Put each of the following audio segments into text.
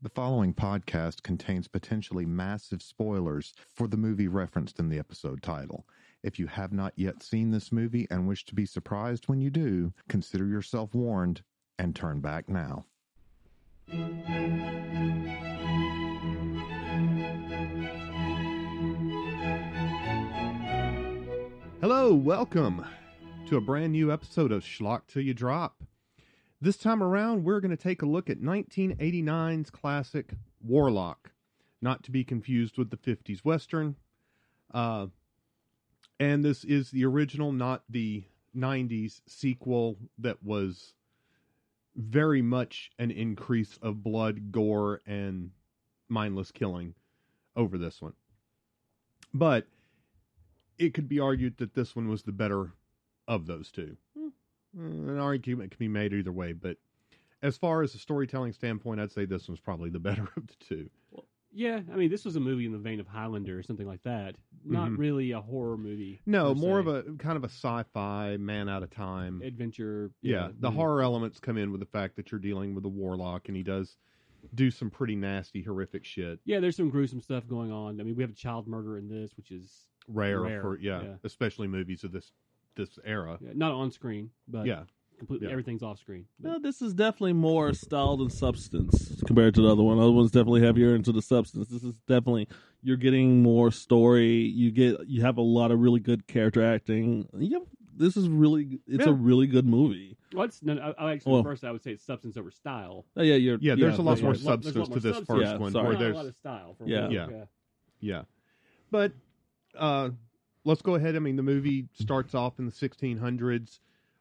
The following podcast contains potentially massive spoilers for the movie referenced in the episode title. If you have not yet seen this movie and wish to be surprised when you do, consider yourself warned and turn back now. Hello, welcome to a brand new episode of Schlock Till You Drop. This time around, we're going to take a look at 1989's classic Warlock, not to be confused with the 50s Western. Uh, and this is the original, not the 90s sequel that was very much an increase of blood, gore, and mindless killing over this one. But it could be argued that this one was the better of those two. Mm, An argument can be made either way, but as far as the storytelling standpoint, I'd say this one's probably the better of the two. Yeah, I mean, this was a movie in the vein of Highlander or something like that. Not Mhm. really a horror movie. No, per more se. of a kind of a sci-fi man out of time. adventure. yeah, the mm, horror elements come in with the fact that you're dealing with a warlock, and he does do some pretty nasty, horrific shit. Yeah, there's some gruesome stuff going on. I mean, we have a child murder in this, which is Rare, Rare, for yeah, yeah. especially movies of this this era. yeah, not on screen, but yeah, completely yeah. everything's off screen. But Well, this is definitely more style than substance compared to the other one. The other one's definitely heavier into the substance. This is definitely you're getting more story. You get you have a lot of really good character acting. Yep, this is really it's Yeah. a really good movie. what's no, no, I, I actually Well- first I would say it's substance over style. Oh, yeah, you're, yeah. There's a lot that's more right. There's a lot- there's substance a lot more to this substance. first Yeah, one, sorry. where Not a there's lot of style. For Yeah. one, Yeah. Yeah. But uh let's go ahead. I mean, the movie starts off in the 1600s.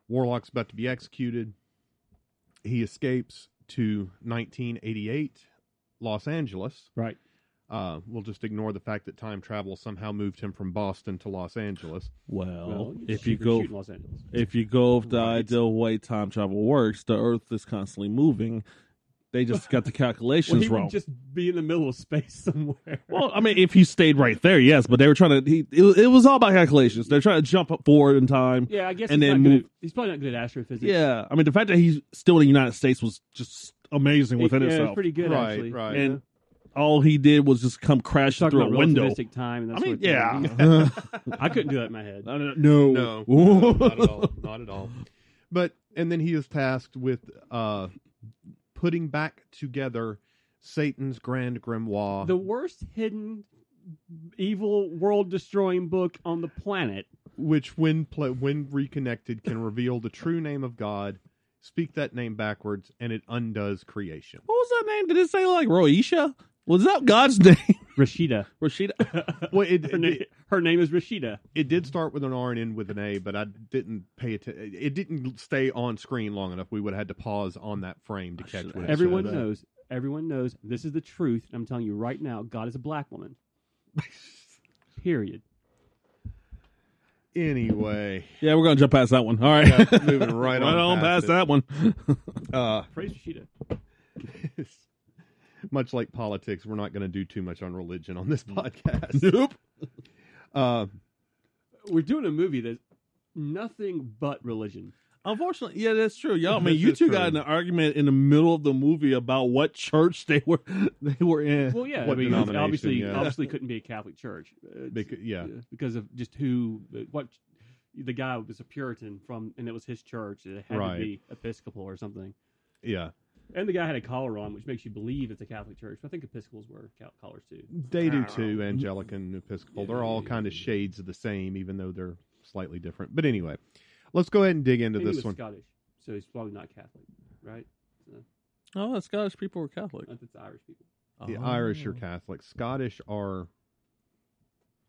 Warlock's about to be executed. He escapes to 1988 Los Angeles. Right. Uh, we'll just ignore the fact that time travel somehow moved him from Boston to Los Angeles. Well, Well, if shoot- you shoot go in Los Angeles. if you go with the Right. ideal way time travel works, the Earth is constantly moving. They just got the Well, calculations he would wrong. just be in the middle of space somewhere. Well, I mean, if he stayed right there, yes. But they were trying to. He, it, was- it was all about calculations. They're trying to jump up forward in time. yeah, I guess. And he's then not good move- at- he's probably not good at astrophysics. Yeah, I mean, the fact that he's still in the United States was just amazing He- within yeah, itself. pretty good Right, actually. right. and all he did was just come Just crashing talking through about a window. relativistic time and that I sort mean, of thing. yeah. I couldn't do that in my head. no, No, no, no, not at all. Not at all. But and then he is tasked with uh, putting back together Satan's Grand Grimoire. The worst hidden evil world destroying book on the planet. which when pla when reconnected can reveal the true name of God. Speak that name backwards, and it undoes creation. What was that name? Did it say like Roisha? Was that God's name? Rashida. Rashida? Well, it Her, na- it, her name is Rashida. it did start with an R and end with an A, but I didn't pay attention. It didn't stay on screen long enough. We would have had to pause on that frame to I catch should what ask it Everyone said. knows. Everyone knows. This is the truth. And I'm telling you right now, God is a black woman. Period. Anyway, Yeah, we're gonna jump past that one. All right, yeah, moving right, right on past that one. that. Uh, Praise Rashida. much like politics, we're not going to do too much on religion on this podcast. nope. Uh, We're doing a movie that's nothing but religion. Unfortunately, yeah, that's true. Y'all, I This mean, you is two true. got in an argument in the middle of the movie about what church they were they were in. Well, yeah. What I mean, it's denomination, obviously, yeah. obviously couldn't be a Catholic church. It's- because, yeah, Yeah, uh, because of just who what the guy was a Puritan from, and it was his church. It had Right. to be Episcopal or something. yeah. And the guy had a collar on, which makes you believe it's a Catholic church. But I think Episcopals wear ca- collars too. They do I don't too, know. Anglican and Episcopal. Yeah, they're all yeah, kind of yeah. shades of the same, even though they're slightly different. But anyway, let's go ahead and dig into And he this was one. Scottish, so he's probably not Catholic, right? Oh, the Scottish people were Catholic. Oh. Not that it's Irish people. The Irish are Oh. Catholic. Scottish are.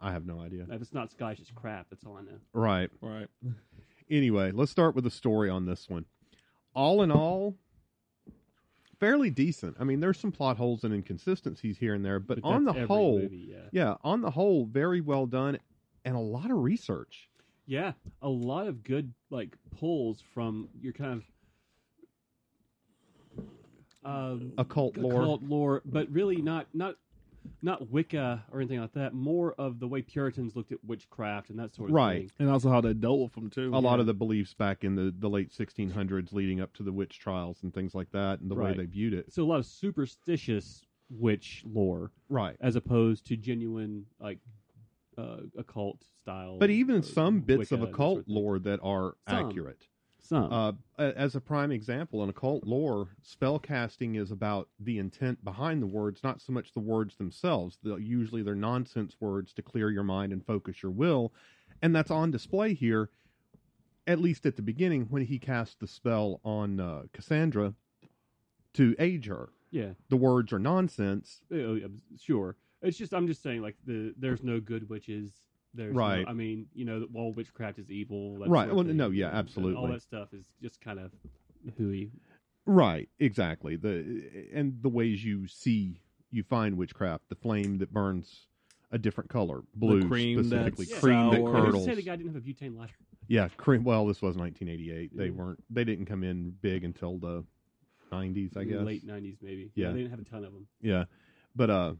I have no idea. If it's not Scottish, it's crap. That's all I know. Right. Right. Anyway, let's start with a story on this one. All in all, fairly decent. I mean, there's some plot holes and inconsistencies here and there, but, on the that's every whole, movie, yeah, yeah, on the whole, very well done and a lot of research. yeah, a lot of good like pulls from your kind of. Um, Occult lore. occult lore, but really not not not Wicca or anything like that. More of the way Puritans looked at witchcraft and that sort of Right. thing. and also how they dealt with them too. a lot of the beliefs back in the, the late 1600s leading up to the witch trials and things like that and the way Right. they viewed it So a lot of superstitious witch lore right as opposed to genuine like uh, occult style. but even uh, some bits Wicca, of that sort occult thing. lore that are Some. accurate Some uh, a- as a prime example in occult lore spell casting is about the intent behind the words not so much the words themselves the, usually they're nonsense words to clear your mind and focus your will and that's on display here at least at the beginning when he cast the spell on uh, cassandra to age her yeah, the words are nonsense uh, uh, sure. It's just I'm just saying like the there's no good witches. There's no- Right. I mean, you know, all witchcraft is evil. that Right. sort of Well, thing. no, yeah, And- and All absolutely. that stuff is just kind of hooey. Right, exactly. The and the ways you see you find witchcraft, the flame that burns a different color, blue cream specifically, that's cream that sour. I mean, curdles. say the guy didn't have a butane lighter. Yeah, cream. Well, this was 1988. They Yeah. weren't. They didn't come in big until the 90s, I guess. late '90s maybe. Yeah. Yeah. they didn't have a ton of them. Yeah, but uh,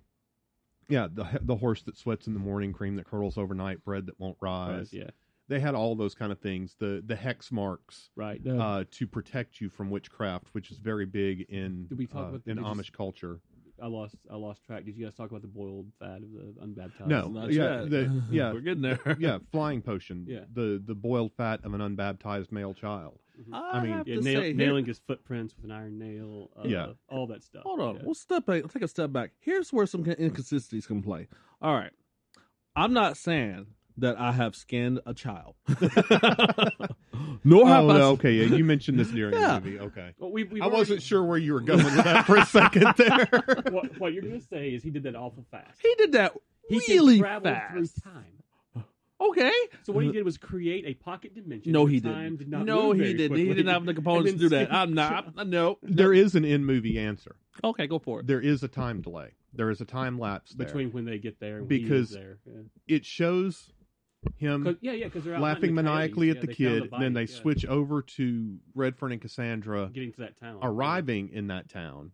yeah, the the horse that sweats in the morning, cream that curdles overnight, bread that won't rise. yeah, They had all those kind of things. The the hex marks. right. Uh, to protect you from witchcraft, which is very big in Did we talk uh, about the- in did you s- Amish culture. I lost. I lost track. Did you guys talk about the boiled fad of the unbaptized? No. Not Yeah, yet. the- yeah. we're getting there. yeah, flying potion. Yeah. The the boiled fat of an unbaptized male child. I, mean, have Yeah, to nail, say, here- nailing his footprints with an iron nail. Uh, Yeah. all that stuff. Hold on. Yeah. We'll step back. Take a step back. Here's where some inconsistencies can play. All right. I'm not saying that I have skinned a child. Nor have Oh, I. no, okay. Yeah, you mentioned this during Yeah. the movie. Okay. Well, we, we I wasn't sure where you were going with that for a second there. What, what you're gonna say is he did that awful fast. He did that He can really travel through fast. time. Okay. So what he did was create a pocket dimension. No, where he time didn't. Did not no, move he very didn't. He quickly. didn't have the And components to then do that. see- I'm not. I- No. there is an in movie answer. Okay, go for it. There is a time delay. There is a time lapse there. between when they get there and when he Because- is there. Yeah. it shows him 'Cause- yeah, yeah, because they're out laughing hunting the coyotes. maniacally Yeah, at the they found kid, the then they body. Yeah. switch over to Redfern and Cassandra getting to that town. arriving in that town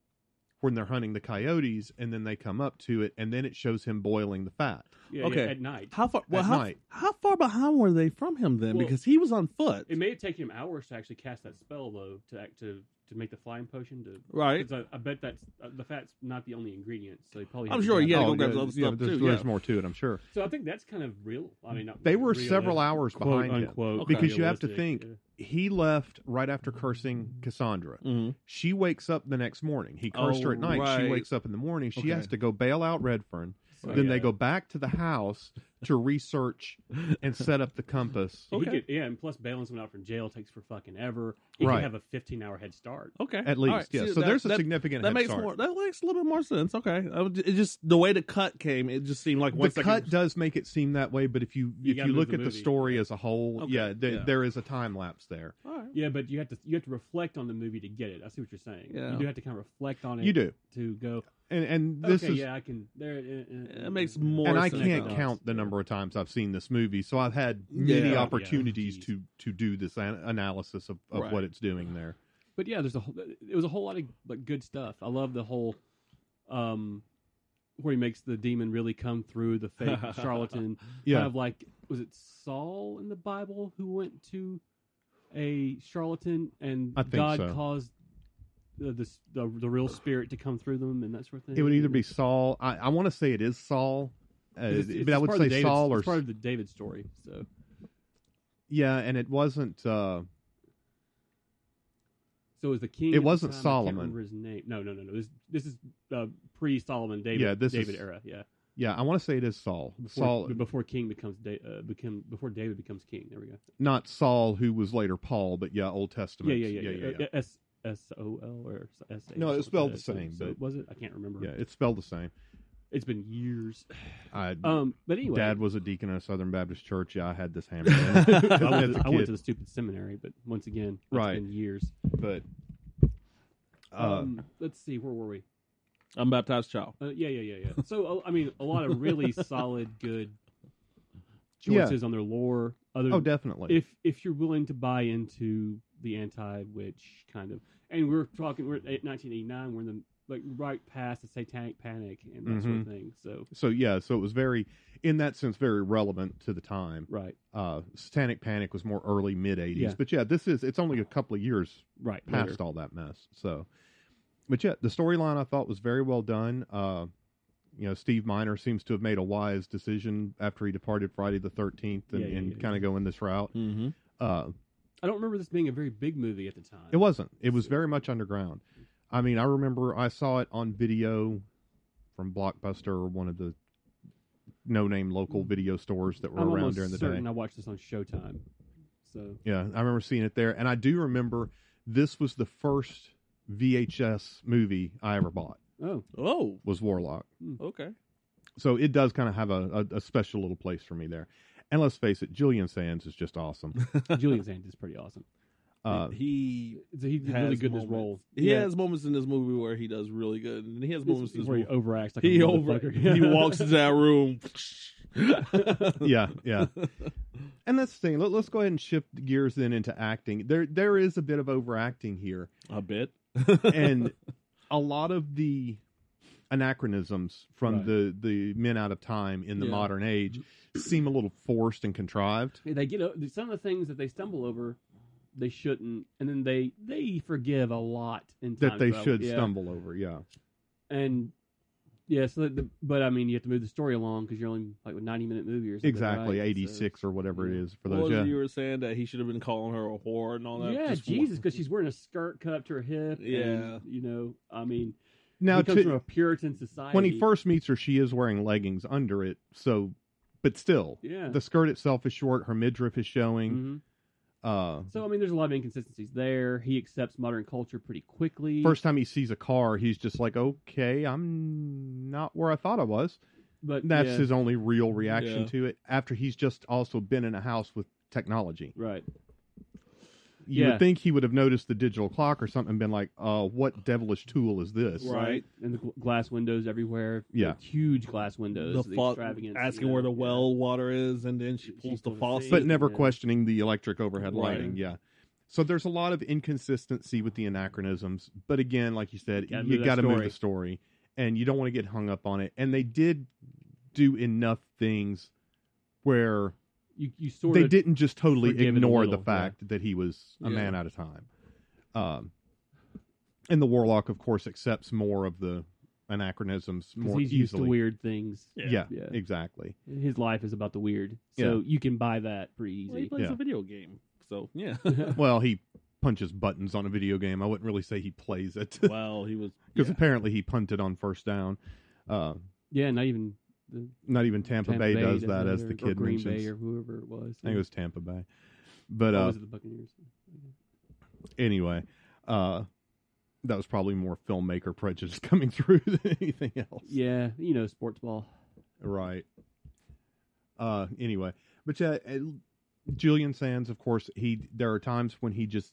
when they're hunting the coyotes, and then they come up to it, and then it shows him boiling the fat. Yeah, yeah, Okay. at night. How far? Well, At how, night. how far behind were they from him then? Well- because he was on foot, It may have taken him hours to actually cast that spell, though, to act, to to make the flying potion. To right? 'cause I, I bet that's uh, the fat's not the only ingredient, so he probably. I'm had to sure, grab yeah, it. go grab Oh, yeah, the other yeah, stuff, there's, too, yeah. there's more to it, I'm sure. So I think that's kind of real. I mean, not They were real, several that's hours quote behind him. unquote, Okay. Because you have to realistic, think- He left right after cursing Cassandra. Mm-hmm. She wakes up the next morning. He cursed her at Oh, night. She right. wakes up in the morning. She Okay. has to go bail out Redfern. So, then yeah. they go back to the house to research and set up the compass. He Okay. could- yeah, and plus bailing someone out from jail takes for fucking ever. He Right. could have a 15 hour head start. Okay, At least, All right. yeah. See, so that- there's a that- significant that head makes start. more that makes a little bit more sense. Okay, I would- it just the way the cut came, it just seemed like the one cut second. does make it seem that way, but if you, You if gotta you move look the at the movie. story as a whole, Okay. yeah, there, Yeah. there is a time lapse there. All right. Yeah, but you have to you have to reflect on the movie to get it. I see what you're saying. Yeah. You do have to kind of reflect on it. You do, to go. and and this okay, is yeah, I can. There, It makes more and I sense can't now. count the number of times I've seen this movie, so I've had many Yeah. opportunities Yeah. Oh, to to do this an- analysis of, of Right. what it's doing there. But yeah, there's a whole, it was a whole lot of like good stuff. I love the whole um where he makes the demon really come through the fake charlatan. Kind Yeah, of like was it Saul in the Bible who went to a charlatan and I think God so. caused the, the the the real spirit to come through them and that sort of thing. it would either be Saul. I, I want to say it is Saul, uh, It's- it's- but I it's would part of the say David- Saul it's or part of the David story. So yeah, and it wasn't. Uh, so it was the king. It at the wasn't time, I can't Solomon. remember his name? No, no, no, no. This this is uh, pre Solomon David. Yeah, this David is- era. Yeah. yeah, I want to say it is Saul. before, Saul, b- before King becomes da- uh, become before David becomes king. There we go. not Saul, who was later Paul, but yeah, Old Yeah, Testament. yeah, yeah, yeah. yeah. S S O L or S A. No, or it's something spelled like the that. same, So but- was it? I can't remember. Yeah, it's spelled the same. It's been years. I, Um, but anyway, Mm. Dad was a deacon in a Southern Baptist church. Yeah, I had this hammered in I, went as a to, I went kid. to the stupid seminary, but once again, it's Right. been years. but uh, Um, let's see, where were we? I'm baptized child. Uh, yeah, yeah, yeah, yeah. So uh, I mean, a lot of really solid, good Yeah. choices on their lore. Other oh, definitely. if if you're willing to buy into the anti-witch kind of and we're talking we're at 1989 we're in the like right past the satanic panic and that Mm-hmm. sort of thing. So So yeah, so it was very, in that sense, very relevant to the time. right, Uh, Satanic Panic was more early mid '80s, Yeah. but yeah, this is it's only a couple of years right, past later. all that mess. So, but yeah, the storyline I thought was very well done. Uh, you know, Steve Miner seems to have made a wise decision after he departed Friday the Thirteenth, and, Yeah, yeah, and yeah, kind of going this route. Mm-hmm. Uh, I don't remember this being a very big movie at the time. It wasn't. It was very much underground. I mean, I remember I saw it on video from Blockbuster or one of the no-name local video stores that were Mm. I'm around almost during the certain day. I watched this on Showtime. So Yeah, I remember seeing it there, and I do remember this was the first VHS movie I ever bought oh, Oh, was Warlock. okay. So it does kind of have a, a, a special little place for me there. And let's face it, Julian Sands is just awesome. Julian Sands is pretty awesome. Uh, he So he did has really good in his moments. role. He Yeah. has moments in this movie where he does really good, and he has moments in this where he movie- overacts like a he over motherfucker. he walks into that room. yeah, yeah. And that's the thing. Let, let's go ahead and shift gears then into acting. There, there is a bit of overacting here. I bet. and a lot of the anachronisms from Right. the the men out of time in the Yeah. modern age seem a little forced and contrived. Yeah, they get o- some of the things that they stumble over they shouldn't and then they they forgive a lot in time That they travel. should Yeah. stumble over, yeah. and yeah so that the, but i mean you have to move the story along because you're only like a 90 minute movie or something Exactly, right? So- eighty six or whatever yeah. it is for What those. was Yeah, it you were saying that he should have been calling her a whore and all that? yeah Just for- jesus because she's wearing a skirt cut up to her hip and, Yeah. you know i mean now he comes to- from a puritan society when he first meets her, she is wearing leggings under it. So, but still, yeah the skirt itself is short. Her midriff is showing. Mhm. Uh, so i mean there's a lot of inconsistencies there he accepts modern culture pretty quickly first time he sees a car, he's just like, "Okay, I'm not where I thought I was." but That's yeah, his only real reaction Yeah. to it. After he's just also been in a house with technology, right you Yeah. would think he would have noticed the digital clock or something, and been like, "Uh, what devilish tool is this?" Right. And the gl- glass windows everywhere. Yeah. The huge glass windows. the The, fa- extravagance. asking you know, where the yeah. well water is, and then she She pulls the pulls the faucet. But Yeah. never Yeah. questioning the electric overhead Right. lighting. Yeah. So there's a lot of inconsistency with the anachronisms, but again, like you said, Gotta move you that got to move story. the story, and you don't want to get hung up on it. And they did do enough things where You, you sort they of didn't just totally forgive it a ignore little, the yeah. fact that he was a Yeah. man out of time. Um, and the warlock, of course, accepts more of the anachronisms 'cause more he's used to easily. weird things. yeah. Yeah. exactly. His life is about the weird. So you can buy that pretty Well, he easy. plays Yeah. a video game, so yeah. Well, he punches buttons on a video game. I wouldn't really say he plays it because well, he was apparently he punted on first down. Uh, yeah, not even the not even Tampa, Bay, does doesn't that, it, as or- the or kid Green mentions. Bay or whoever it was. I think it was Tampa Bay, but Or uh, was it the Buccaneers? anyway, uh, that was probably more filmmaker prejudice coming through than anything else. Yeah, you know, sports ball. Right. Uh anyway, but yeah, and Julian Sands of course, he there are times when he just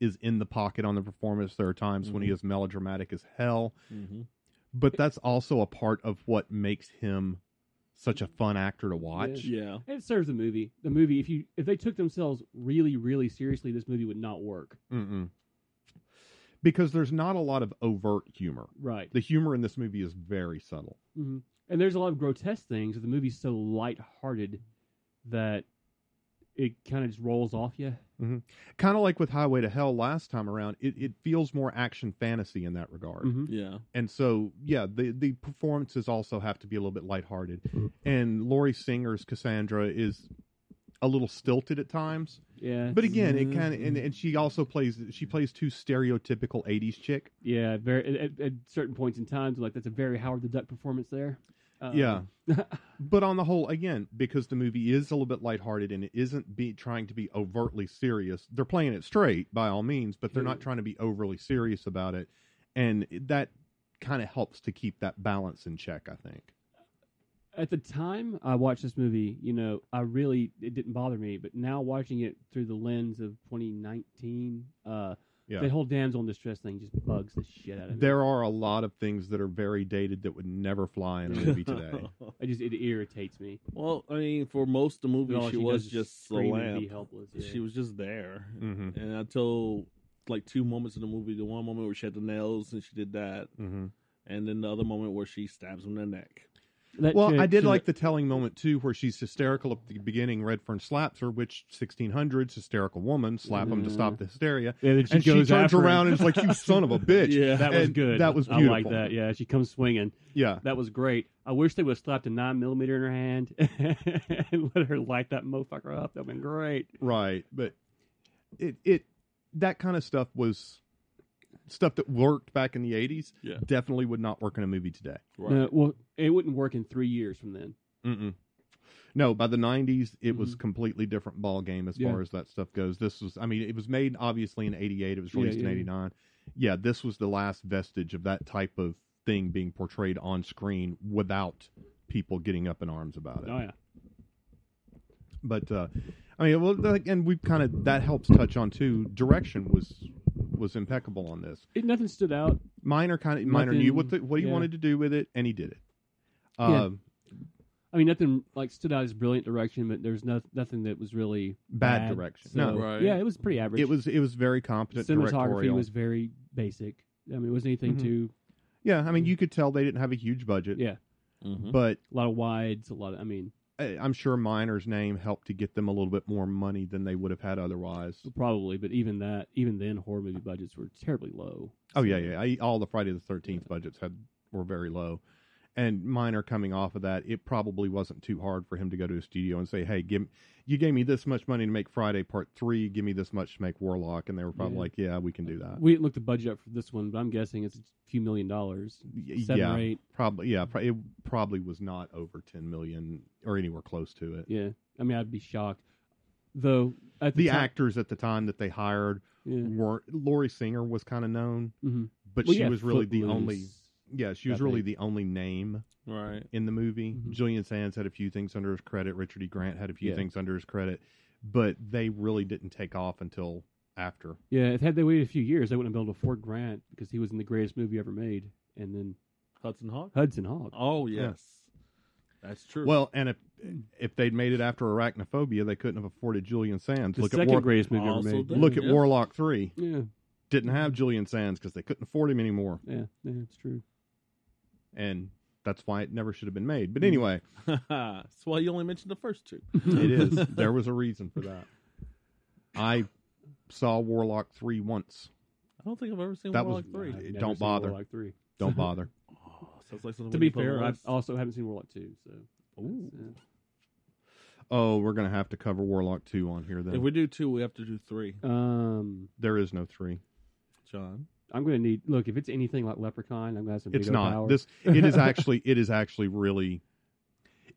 is in the pocket on the performance. There are times when he is melodramatic as hell, Mhm. but that's also a part of what makes him such a fun actor to watch. yeah. It serves the movie. The movie, if you if they took themselves really, really seriously, this movie would not work. Mm-mm. Because there's not a lot of overt humor. Right. The humor in this movie is very subtle. hmm And there's a lot of grotesque things. but The movie's so lighthearted that it kind of just rolls off you. Kind of like with Highway to Hell last time around, it, it feels more action fantasy in that regard. Yeah. and so yeah, the the performances also have to be a little bit lighthearted. And Laurie Singer's Cassandra is a little stilted at times, Yeah, but again, it kind of and, and she also plays she plays too stereotypical '80s chick. yeah. Very at, at certain points in time, like that's a very Howard the Duck performance there. Um, Yeah. But on the whole, again, because the movie is a little bit lighthearted and it isn't be trying to be overtly serious, they're playing it straight by all means, but they're not Yeah. trying to be overly serious about it, and that kind of helps to keep that balance in check. I think. At the time I watched this movie, you know, I really it didn't bother me, but now watching it through the lens of 2019, uh, Yeah. the whole damsel in distress thing just bugs the shit out of me. There are a lot of things that are very dated that would never fly in a movie today. It just it irritates me. well, I mean, for most of the movie, All she does was is just the scream and lamp. Be helpless. yeah. She was just there, hmm and until like two moments in the movie. The one moment where she had the nails and she did that, Mm-hmm. and then the other moment where she stabs him in the neck. That Well, I chick- did she- like the telling moment too, where she's hysterical at the beginning. Redfern slaps her, which 1600s hysterical woman slap him to Yeah. stop the hysteria, Yeah, then she and she goes turns after him. around and is like, "You son of a bitch!" Yeah. That was and good. that was I like beautiful. that. Yeah, she comes swinging. Yeah, That was great. I wish they would have slapped a nine millimeter in her hand and let her light that motherfucker up. That'd been great. right. But it it that kind of stuff was stuff that worked back in the 80s. Yeah. Definitely would not work in a movie today. Right. No, well, it wouldn't work in three years from then. Mm-mm. No, by the '90s, it was completely different ball game as Yeah. far as that stuff goes. This was, I mean, it was made obviously in '88. It was released yeah, in yeah. '89. Yeah. this was the last vestige of that type of thing being portrayed on screen without people getting up in arms about it. Oh yeah, But uh, I mean, well, like, and we've kind of that helps touch on too. Direction was was impeccable on this. it, nothing stood out. Minor kind of minor knew what the, Nothing- what he yeah. wanted to do with it, and he did it. Yeah. Um, I mean, nothing like stood out as brilliant direction, but there's no, nothing that was really Bad bad direction. So, No. Right. yeah, it was pretty average. it was it was very competent. cinematography directorial. was very basic. I mean, it wasn't anything Mhm. too. Yeah, I mean, you could tell they didn't have a huge budget. Mm. Yeah, Mhm. But a lot of wides, a lot of. I mean, uh, I'm sure Miner's name helped to get them a little bit more money than they would have had otherwise. probably, but even that, even then, horror movie budgets were terribly low. Oh yeah, yeah. I, all the Friday the Thirteenth budgets had were very low, and Miner coming off of that, it probably wasn't too hard for him to go to a studio and say, "Hey, give you gave me this much money to make Friday Part Three. Give me this much to make Warlock," and they were probably Yeah. like, "Yeah, we can do that." We didn't look the budget up for this one, but I'm guessing it's a few million dollars, Y- seven yeah, or eight. probably. Yeah, pro- it probably was not over ten million or anywhere close to it. Yeah, I mean, I'd be shocked. Though at the, The time- actors at the time that they hired yeah. weren't Lori Singer was kind of known, Mhm. but Well, she yeah, was really the Footloose. only yeah, she was I really the think. only name Right. in the movie. Mhm. Julian Sands had a few things under his credit, Richard E. Grant had a few Yeah. things under his credit, but they really didn't take off until after. Yeah, if had they waited a few years, they wouldn't have been able to afford Grant because he was in the greatest movie ever made, and then Hudson Hawk. Hudson Hawk. Oh Yeah. yes, that's true. Well, and if if they'd made it after Arachnophobia, they couldn't have afforded Julian Sands. the look at second War- greatest movie ever Also made. that- look at Yeah. Warlock 3. Yeah, Didn't have Julian Sands cuz they couldn't afford him anymore, yeah, yeah, it's true. and that's why it never should have been made. But Mhm. anyway, that's why you only mentioned the first two. it is. There was a reason for that. I saw Warlock 3 once. I don't think I've ever seen That Warlock was- three. Nah. I've never Don't seen bother. Warlock three. Don't bother. Oh, sounds like something To we be need put on fair, the I list. also haven't seen Warlock two, so Ooh. yeah. oh, we're gonna have to cover Warlock two on here If then. we do two, we have to do three. Um, there is no three. John. I'm gonna need look if it's anything like Leprechaun, I'm gonna have some. It's veto not. power. This it is actually it is actually really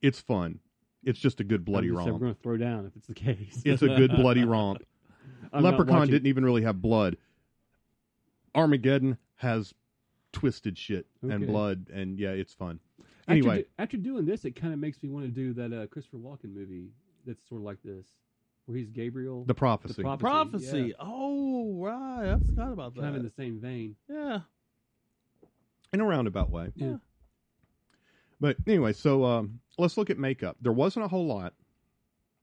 it's fun. It's just a good bloody I'm just- I'm romp. gonna throw down if it's the case. It's a good bloody romp. I'm not Leprechaun watching- didn't even really have blood. Armageddon has twisted shit Okay. and blood and yeah, it's fun. After Anyway. do- after doing this, it kind of makes me want to do that uh, Christopher Walken movie that's sort of like this, where he's Gabriel. The prophecy. The Prophecy. Prophecy. Oh right, I forgot about that. kind of in the same vein. yeah. in a roundabout way. Yeah. But anyway, so um, let's look at makeup. There wasn't a whole lot.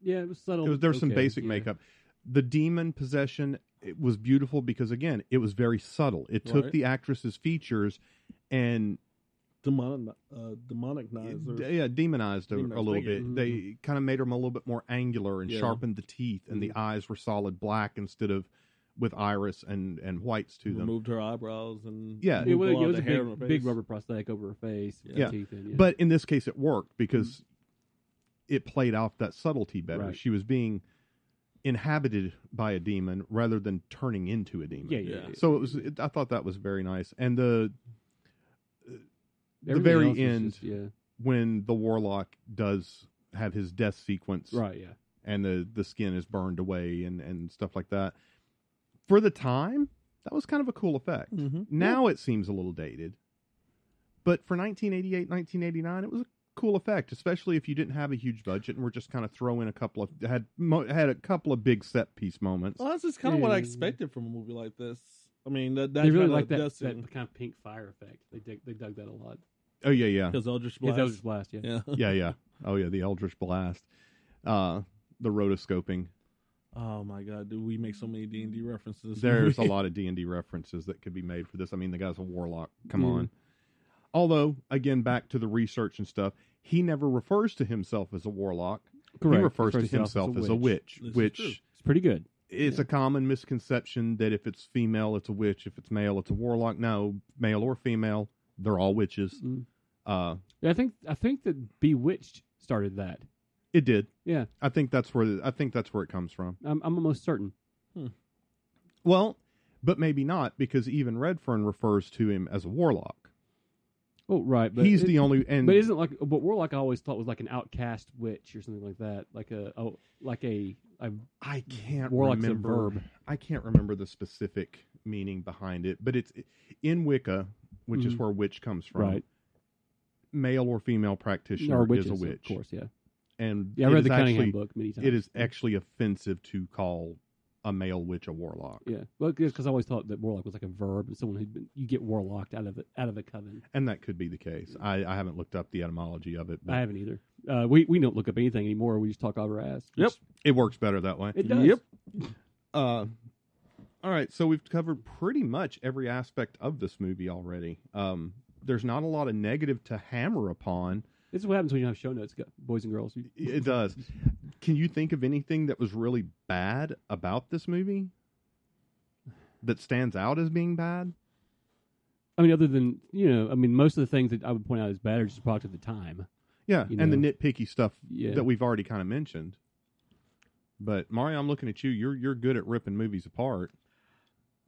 Yeah, it was subtle. It was, there was some Okay, basic yeah. makeup. The demon possession it was beautiful because again, it was very subtle. It took Right. the actress's features and Demonic, uh, demonic knives. d- yeah, demonized her Demonized, a little thank you. bit. They kind of made them a little bit more angular and Yeah. sharpened the teeth, and Mm-hmm. the eyes were solid black instead of with iris and and whites to them. removed her eyebrows and Yeah. Yeah, removed well, a lot it of was the a hair on her big, big face. rubber prosthetic over her face. with Yeah. teeth in, yeah. Mm-hmm. But in this case, it worked because it played off that subtlety better. Right. She was being inhabited by a demon rather than turning into a demon. yeah, yeah. Yeah. yeah. So it was. It, I thought that was very nice. And the the Everything very else was end- just- yeah. when the warlock does have his death sequence, Right. Yeah. and the the skin is burned away and and stuff like that. For the time, that was kind of a cool effect. Mm-hmm. Mhm. Now it seems a little dated, but for 1988, 1989, it was a cool effect, especially if you didn't have a huge budget and were just kind of throwing a couple of had mo- had a couple of big set piece moments. Well, that's just kind of what I Yeah. expected from a movie like this. I mean, that, that They really kind like that, of that kind of pink fire effect. They dig, they dug that a lot. Oh yeah, yeah, because Eldritch His Blast. Eldritch Blast. Yeah. yeah. yeah, yeah. Oh yeah, the Eldritch Blast, uh, the rotoscoping. Oh my god, do we make so many D and D references? There's a lot of D and D references that could be made for this. I mean, the guy's a warlock. Come Mhm. on. Although, again, back to the research and stuff, he never refers to himself as a warlock. He refers to himself as a witch, This is which true. is, It's pretty good. a common misconception that if it's female, it's a witch. If it's male, it's a warlock. No, male or female, they're all witches. Mm. Uh, Yeah, I think I think that Bewitched started that. it did. Yeah. I think that's where I think that's where it comes from. I'm I'm almost certain. Well, but maybe not because even Redfern refers to him as a warlock. Oh right, but He's it- the only and But isn't like but warlock I always thought was like an outcast witch or something like that, like a oh like a, a I can't Warlock's a remember. verb. I can't remember the specific meaning behind it, but it's in Wicca, which is Mhm. where witch comes from. Right. Male or female practitioner or witches, is a of witch, course, yeah. and Yeah, I it read is the Cunningham actually, book many times. It is actually offensive to call a male witch a warlock, yeah. Well, because I always thought that warlock was like a verb, and someone who you get warlocked out of it out of a coven. and that could be the case. I, I haven't looked up the etymology of it, but I haven't either. Uh, we we don't look up anything anymore. We just talk out our ass. Yep. it works better that way. It does. Yep. Uh, all right, so we've covered pretty much every aspect of this movie already. Um, there's not a lot of negative to hammer upon. This is what happens when you have show notes, gu- boys and girls. You- It does. Can you think of anything that was really bad about this movie that stands out as being bad? I mean, other than you know, I mean, most of the things that I would point out as bad are just a product of the time. Yeah, You and the know. nitpicky stuff Yeah. that we've already kind of mentioned. But Mario, I'm looking at you. You're you're good at ripping movies apart.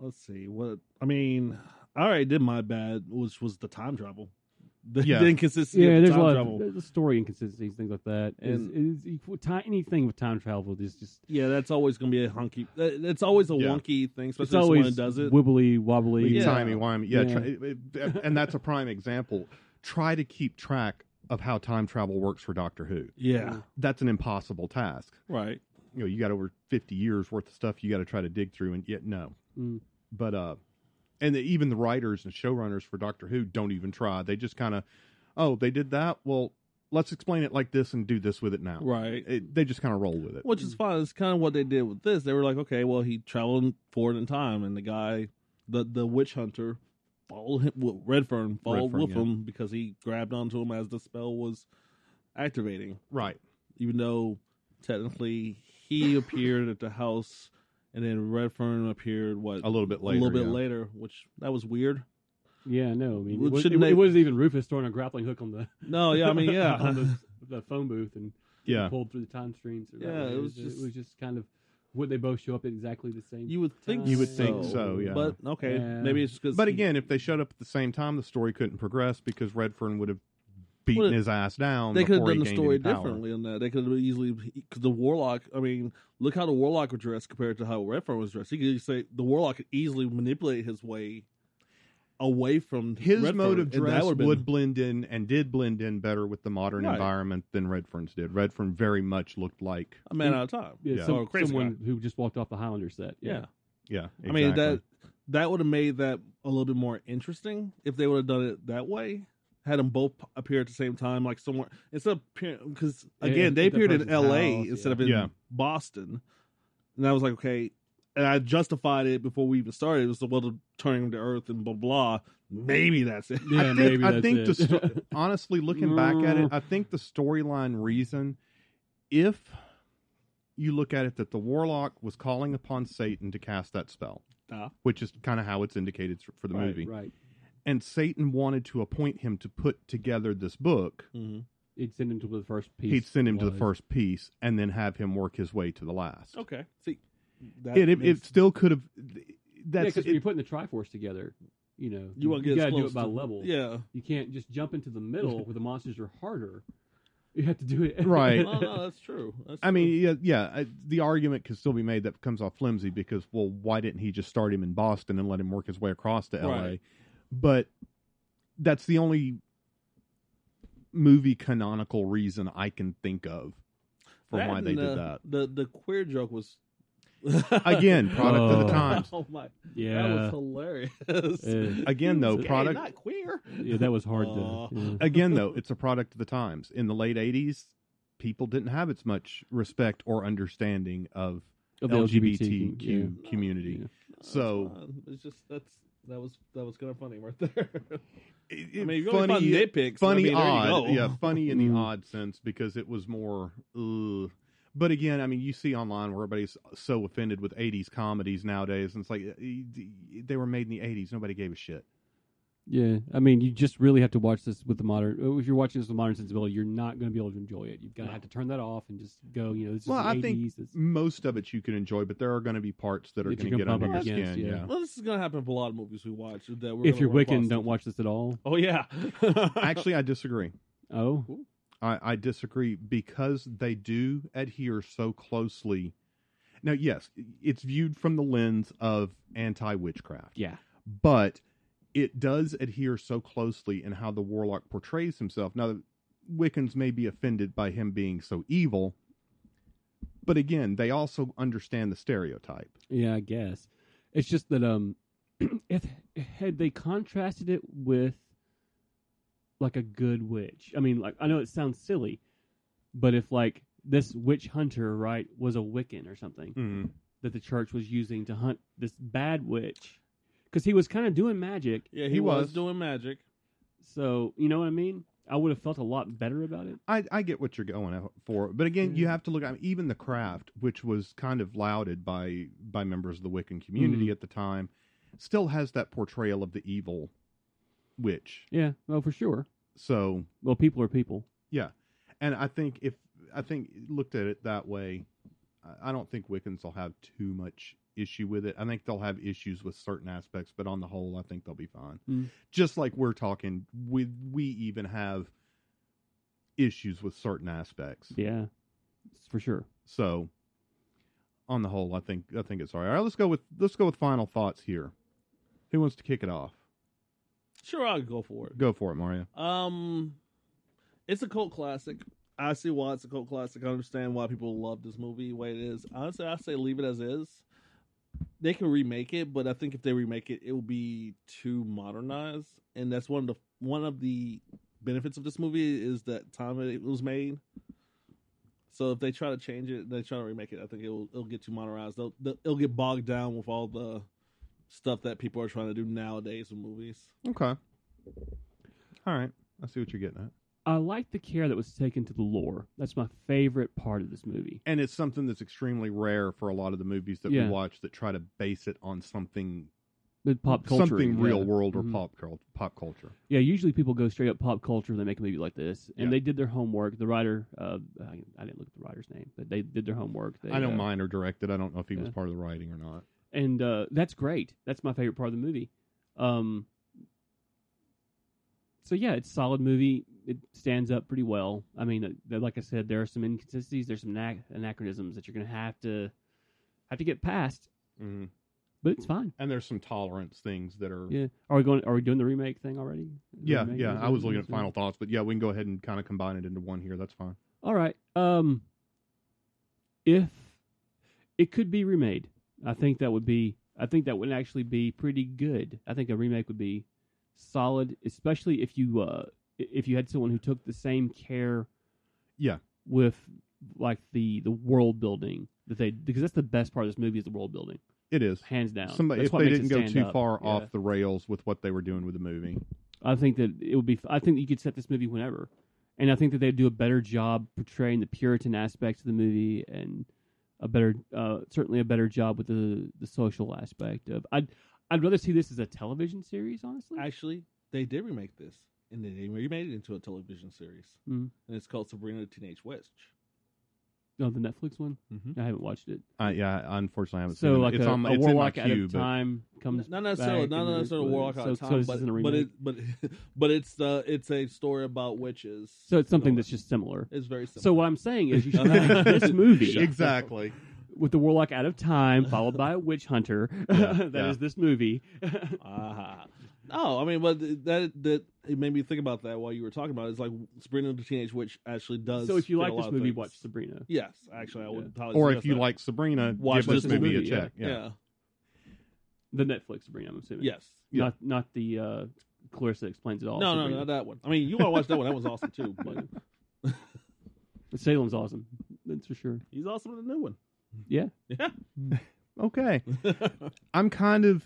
Let's see what I mean. I already did my bad, which was the time travel. The, Yeah. the inconsistency. yeah, of there's a time lot travel. of there's story inconsistencies, things like that. And is, time, anything with time travel is just yeah, that's always going to be a hunky. that- That's always a Yeah. wonky thing, especially it's when always someone does it. wibbly wobbly. Yeah. Timey wimey. Yeah, Yeah. Try, it- it- and that's a prime example. Try to keep track of how time travel works for Doctor Who. yeah, That's an impossible task. right. You know, you got over 50 years worth of stuff you got to try to dig through, and yet no. Mm. But uh, and the, even the writers and showrunners for Doctor Who don't even try. They just kind of, oh, they did that. Well, let's explain it like this and do this with it now. Right. It, they just kind of roll with it. Which is fine. It's kind of what they did with this. They were like, okay, well, he traveled forward in time, and the guy, the the witch hunter, followed him. Well, Redfern followed Redfern, with yeah. him because he grabbed onto him as the spell was activating. Right. Even though technically he appeared at the house, and then Redfern appeared what A little bit later. a little bit yeah. later, which that was weird. Yeah, no, I mean, Well, it, was, shouldn't they- not even Rufus throwing a grappling hook on the No, yeah, I mean, on yeah, the, the phone booth and Yeah. pulled through the time streams. or Yeah, whatever. it was it just- was just kind of would they both show up at exactly the same? you would think You would think so, yeah. But okay, Yeah. maybe it's because But again, if they showed up at the same time, the story couldn't progress because Redfern would have beaten Well, his ass down. they could have before he done the gained story any power. differently on that. They could have easily because the warlock. I mean, look how the warlock was dressed compared to how Redfern was dressed. He could say the warlock could easily manipulate his way away from His Redfern, mode of and that dress would've would, been- blend in and did blend in better with the modern Right. environment than Redfern's did. Redfern very much looked like a man out of time. yeah, Yeah. some- Oh, crazy someone who just walked off the Highlander set. Yeah, yeah. I mean exactly. that that would have made that a little bit more interesting if they would have done it that way. Had them both appear at the same time, like somewhere instead of because Yeah, again they at the appeared in person's L.A. house, instead yeah. of in Yeah. Boston, and I was like, okay, and I justified it before we even started. It was the well, the turning of the earth and blah blah. Maybe that's it. Yeah, I think, maybe I that's think the it. sto- honestly looking back at it, I think the storyline reason, if you look at it that the warlock was calling upon Satan to cast that spell, Ah. which is kind of how it's indicated for the right, movie, right. and Satan wanted to appoint him to put together this book, Mhm. He'd send him to the first piece. he'd send him to the was. first piece and then have him work his way to the last. Okay, see, that It, it, makes- it still could have. Yeah, That's because it- you're putting the Triforce together. You know, you want to get got as to do close it by to- level. Yeah, You can't just jump into the middle where the monsters are harder. You have to do it Right. no, no, that's true. That's I true. mean, yeah, yeah I, the argument could still be made that comes off flimsy because, well, why didn't he just start him in Boston and let him work his way across to LA? Right. But that's the only movie canonical reason I can think of for why and they the, did that. The the queer joke was Again, product of the times. Oh my, Yeah. that was hilarious. Yeah. Again, though, Gay, product- not queer. yeah, that was hard Aw. to. yeah. Again, though, it's a product of the times. In the late 80s, people didn't have as much respect or understanding of Of the LGBTQ LGBTQ, community. yeah. So- Fine. it's just that's that was that was kind of funny right there. It- I it- mean, you only find nitpicks. but I funny mean, there you odd, go. yeah, funny in the Mm. odd sense because it was more. Ugh. But again, I mean, you see online where everybody's so offended with '80s comedies nowadays, and it's like eh, eh, they were made in the '80s. Nobody gave a shit. Yeah, I mean, you just really have to watch this with the modern. oh, If you're watching this with modern sensibility, you're not going to be able to enjoy it. You've got to No. have to turn that off and just go. You know, this is Well, the I think 80s. It's, Most of it you can enjoy, but there are going to be parts that are That going you to can get under bump your up against, skin. yeah. yeah. Well, this is gonna happen for a lot of movies we watch. That we're if gonna you're run Wiccan, across don't it. watch this at all. Oh yeah. Actually, I disagree. Oh, I, I disagree because they do adhere so closely. Now, yes, it's viewed from the lens of anti witchcraft, yeah, but it does adhere so closely in how the warlock portrays himself. Now, the Wiccans may be offended by him being so evil, but again, they also understand the stereotype. yeah, I guess. It's just that um, if had they contrasted it with like a good witch, I mean, like I know it sounds silly, but if like this witch hunter right was a Wiccan or something, Hmm. that the church was using to hunt this bad witch because he was kind of doing magic yeah, he, He was. was. doing magic. so you know what i mean i would have felt a lot better about it I, I get what you're going out for, but again, you Yeah. have to look at even the craft, which was kind of lauded by by members of the Wiccan community at the time, still has that portrayal of the evil witch. yeah well for sure So, well people are people and I think if I think looked at it that way, I- I don't think Wiccans will have too much issue with it. I think they'll have issues with certain aspects, but on the whole, I think they'll be fine. Mm. Just like we're talking, we we even have issues with certain aspects. yeah it's for sure So, on the whole, I think I think it's all right. All right, let's go with let's go with final thoughts here. Who wants to kick it off? Sure, I'll go for it. Go for it, Mario. Um, it's a cult classic. I see why it's a cult classic. I understand why people love this movie the way it is. Honestly, I say leave it as is. They can remake it, but I think if they remake it, it will be too modernized, and that's one of the one of the benefits of this movie is that time it was made. So if they try to change it, they try to remake it. I think it'll it'll get too modernized. They'll, they'll, it'll get bogged down with all the stuff that people are trying to do nowadays with movies. Okay. All right. I see what you're getting at. i like the care that was taken to the lore that's my favorite part of this movie And it's something that's extremely rare for a lot of the movies that Yeah. we watch that try to base it on something the pop culture something yeah. real world or Mhm. pop cult, pop culture. yeah usually people go straight up pop culture when they make a movie like this and Yeah. they did their homework the writer uh, I, I didn't look at the writer's name but they did their homework they, I know uh, mine are directed. I don't know if he was yeah. part of the writing or not. and uh, that's great. That's my favorite part of the movie. Um, so yeah, it's a solid movie. It stands up pretty well. I mean, uh, th- like I said, there are some inconsistencies, there's some na- anachronisms that you're going to have to have to get past, Mm-hmm. but it's fine. And there's some tolerance things that are. Yeah. Are we going? Are we doing the remake thing already? The Yeah, remake yeah. of I it? was looking at final thoughts, but yeah, we can go ahead and kind of combine it into one here. That's fine. All right. Um, if it could be remade, I think that would be. I think that would actually be pretty good. I think a remake would be solid, especially if you uh, i- if you had someone who took the same care. Yeah. With like the the world building that they because that's the best part of this movie is the world building It is. hands down. Somebody, That's if what they makes didn't it go stand too up. far Yeah. off the rails with what they were doing with the movie, I think that it would be. I think that you could set this movie whenever, and I think that they'd do a better job portraying the Puritan aspects of the movie, and a better, uh, certainly a better job with the the social aspect of. I'd I'd rather see this as a television series, honestly. Actually, they did remake this, and then they remade it into a television series, Mhm. and it's called Sabrina the Teenage Witch. no, the Netflix one. Mm-hmm. I haven't watched it. I, yeah, I unfortunately haven't so seen like it. It's a, on, my- a it's in my warlock out queue, of but time comes. Not necessarily, back not and necessarily it's- Warlock so- out of so time, this but isn't a but it, remake. but but it's uh, it's a story about witches. so it's something No, that's just similar. it's very simple. So what I'm saying is, you should make uh, this movie exactly. with the warlock out of time, followed by a witch hunter. That is yeah. this movie. Ah. No, I mean, but that that it made me think about that while you were talking about. it. It's like Sabrina the Teenage Witch actually does. So if you fit a like lot this of movie, things. watch Sabrina. Yes, actually, I would. Yeah. Probably Or if suggest you that. like Sabrina, give Watch this this movie, movie, a yeah. check. Yeah. The Netflix Sabrina, I'm assuming. yes, Yeah. Not not the uh, Clarissa explains it all. no, no, Sabrina. not that one. I mean, you want to watch that one? That one's awesome too. But Salem's awesome. That's for sure. he's awesome in the new one. Yeah. Okay. Mm-hmm. I'm kind of.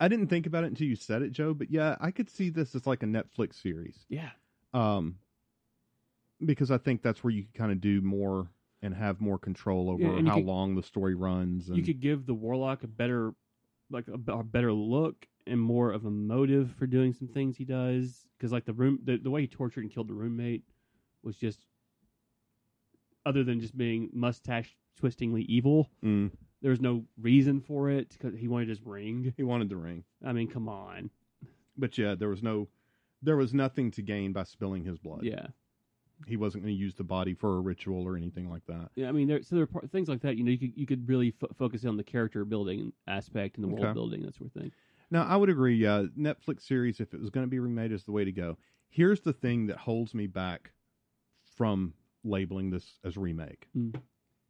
I didn't think about it until you said it, Joe. But yeah, I could see this as like a Netflix series, Yeah. um, because I think that's where you kind of do more and have more control over Yeah, and you how could- long the story runs. And You could give the warlock a better, like a, b- a better look and more of a motive for doing some things he does. Because like the room, the, the way he tortured and killed the roommate was just, other than just being mustache twistingly evil, Mm. there was no reason for it. Because he wanted his ring. he wanted the ring, I mean, come on. but yeah, there was no, there was nothing to gain by spilling his blood. Yeah. he wasn't going to use the body for a ritual or anything like that. Yeah, I mean, there so there are part, things like that. You know, you could you could really fo- focus on the character building aspect and the world Okay. building that sort of thing. Now, I would agree. Yeah, Netflix series, if it was going to be remade, is the way to go. Here's the thing that holds me back from labeling this as remake: Mm.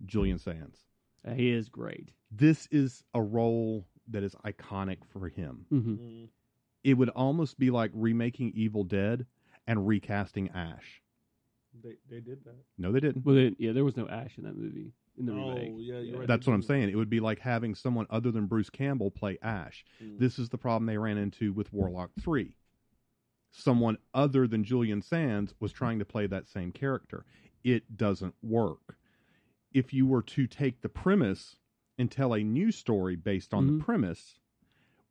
Julian Sands. Uh, he is great. This is a role that is iconic for him. hmm It would almost be like remaking Evil Dead and recasting Ash. They, they did that. No, they didn't. Well, then, yeah, there was no Ash in that movie in the oh, remake. yeah, you're right. That's what I'm saying. It would be like having someone other than Bruce Campbell play Ash. Mm. This is the problem they ran into with Warlock 3. Someone other than Julian Sands was trying to play that same character. It doesn't work. If you were to take the premise and tell a new story based on Mhm. the premise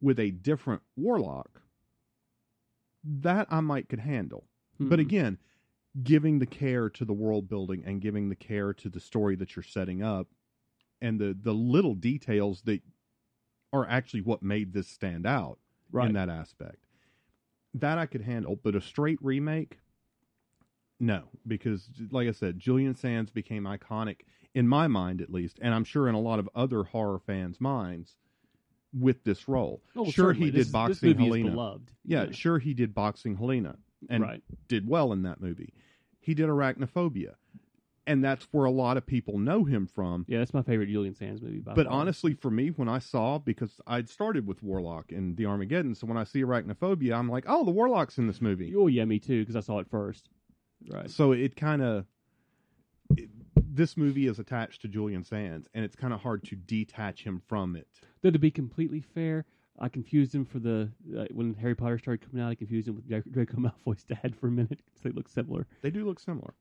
with a different Warlock, that I might could handle. But Mhm. again, giving the care to the world building and giving the care to the story that you're setting up and the the little details that are actually what made this stand out right? in that aspect. That I could handle, but a straight remake no, because like I said, Julian Sands became iconic in my mind at least, and I'm sure in a lot of other horror fans' minds with this role. Oh, well, sure he certainly. did This is- boxing this movie Is Helena. beloved. yeah, sure he did boxing Helena and right. did well in that movie. He did Arachnophobia, and that's where a lot of people know him from. Yeah, that's my favorite Julian Sands movie. By But far. honestly, for me, when I saw because I'd started with Warlock and the Armageddon, so when I see Arachnophobia, I'm like, oh, the Warlock's in this movie. oh yeah, me too, because I saw it first. Right. So it kind of this movie is attached to Julian Sands, and it's kind of hard to detach him from it. Though to be completely fair, I confused him for the uh, when Harry Potter started coming out. I confused him with Dra- Draco Malfoy's dad for a minute because they look similar. They do look similar.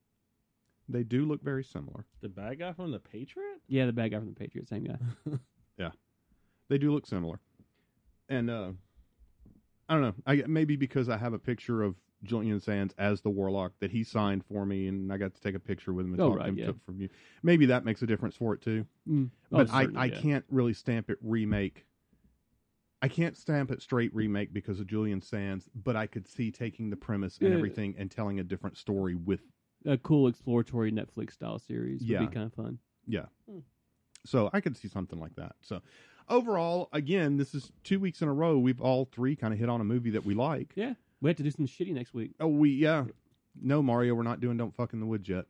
They do look very similar. The bad guy from The Patriot? Yeah, the bad guy from the Patriots, same guy. They do look similar. And uh I don't know. I maybe because I have a picture of Julian Sands as the warlock that he signed for me and I got to take a picture with him and Oh, talk right, to him yeah. took from you. Maybe that makes a difference for it too. Mm. Oh, But I, certainly, I yeah. can't really stamp it remake. I can't stamp it straight remake because of Julian Sands, but I could see taking the premise and Yeah. everything and telling a different story with a cool exploratory Netflix style series would Yeah. be kind of fun. So I could see something like that. So overall, again, this is two weeks in a row. We've all three kind of hit on a movie that we like. Yeah. We have to do some shitty next week. Oh, we yeah. No, Mario, we're not doing "Don't Fuck in the Woods" yet.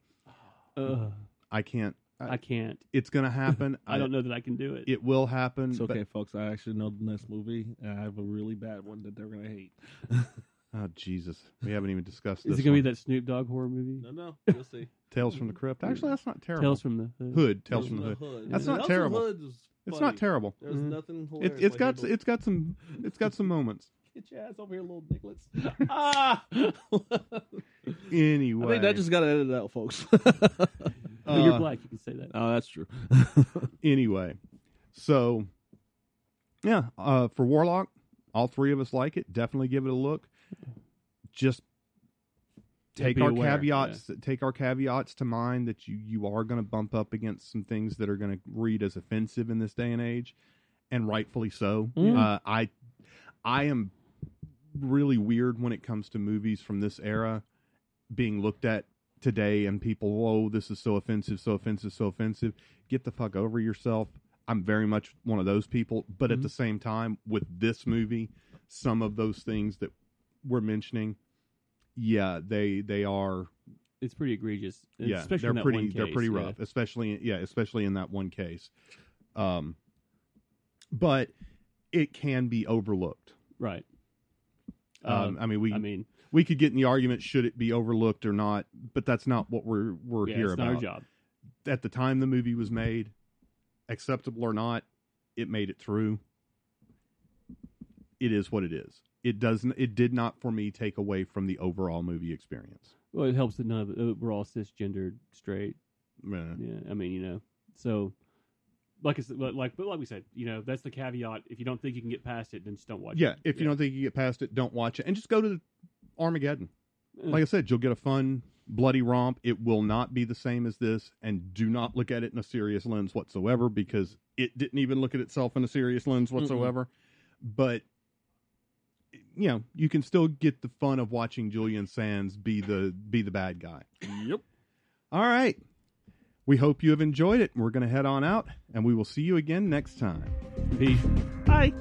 Uh, Ugh, I can't. I can't. It's gonna happen. I don't know that I can do it. It will happen. It's okay, folks. I actually know the next movie. and I have a really bad one that they're gonna hate. But, oh Jesus, we haven't even discussed this. Is it going to be that Snoop Dogg horror movie? No, no, we'll see. Tales from the Crypt? Actually, that's not terrible. Tales from the Hood. Hood. Tales from the Hood. That's not terrible. It's not terrible. There's Mhm. nothing It, hilarious. it's like got people- it's got some it's got some moments. Get your ass over here, little Nicholas. ah! Anyway, I think that just got edited out, folks. But you're Uh, black, you can say that. oh, that's true. anyway, so yeah, uh, for Warlock, all three of us like it. Definitely give it a look. Just take be our aware, caveats. Take our caveats to mind that you you are going to bump up against some things that are going to read as offensive in this day and age, and rightfully so. Mm. Uh, I I am really weird when it comes to movies from this era being looked at today and people whoa this is so offensive so offensive so offensive get the fuck over yourself i'm very much one of those people but at Mhm. the same time with this movie some of those things that we're mentioning yeah they they are It's pretty egregious. yeah especially they're in that pretty one they're case, pretty yeah. rough especially yeah especially in that one case um but it can be overlooked Right. um, Um, i mean we I mean, we could get in the argument should it be overlooked or not but that's not what we're we're yeah, here it's about not our job. at the time the movie was made acceptable or not, it made it through. It is what it is. It doesn't. It did not for me take away from the overall movie experience. Well, it helps that none of it, we're all cisgendered, straight. Yeah. Yeah, I mean, you know, so like I said, but like, but like we said, you know, that's the caveat. If you don't think you can get past it, then just don't watch. Yeah, it. if you don't think you get past it, don't watch it, and just go to Armageddon. Eh. Like I said, you'll get a fun, bloody romp. It will not be the same as this, and do not look at it in a serious lens whatsoever because it didn't even look at itself in a serious lens whatsoever. But you know, you can still get the fun of watching Julian Sands be the be the bad guy. Yep. All right. We hope you have enjoyed it. We're going to head on out, and we will see you again next time. Peace. Bye.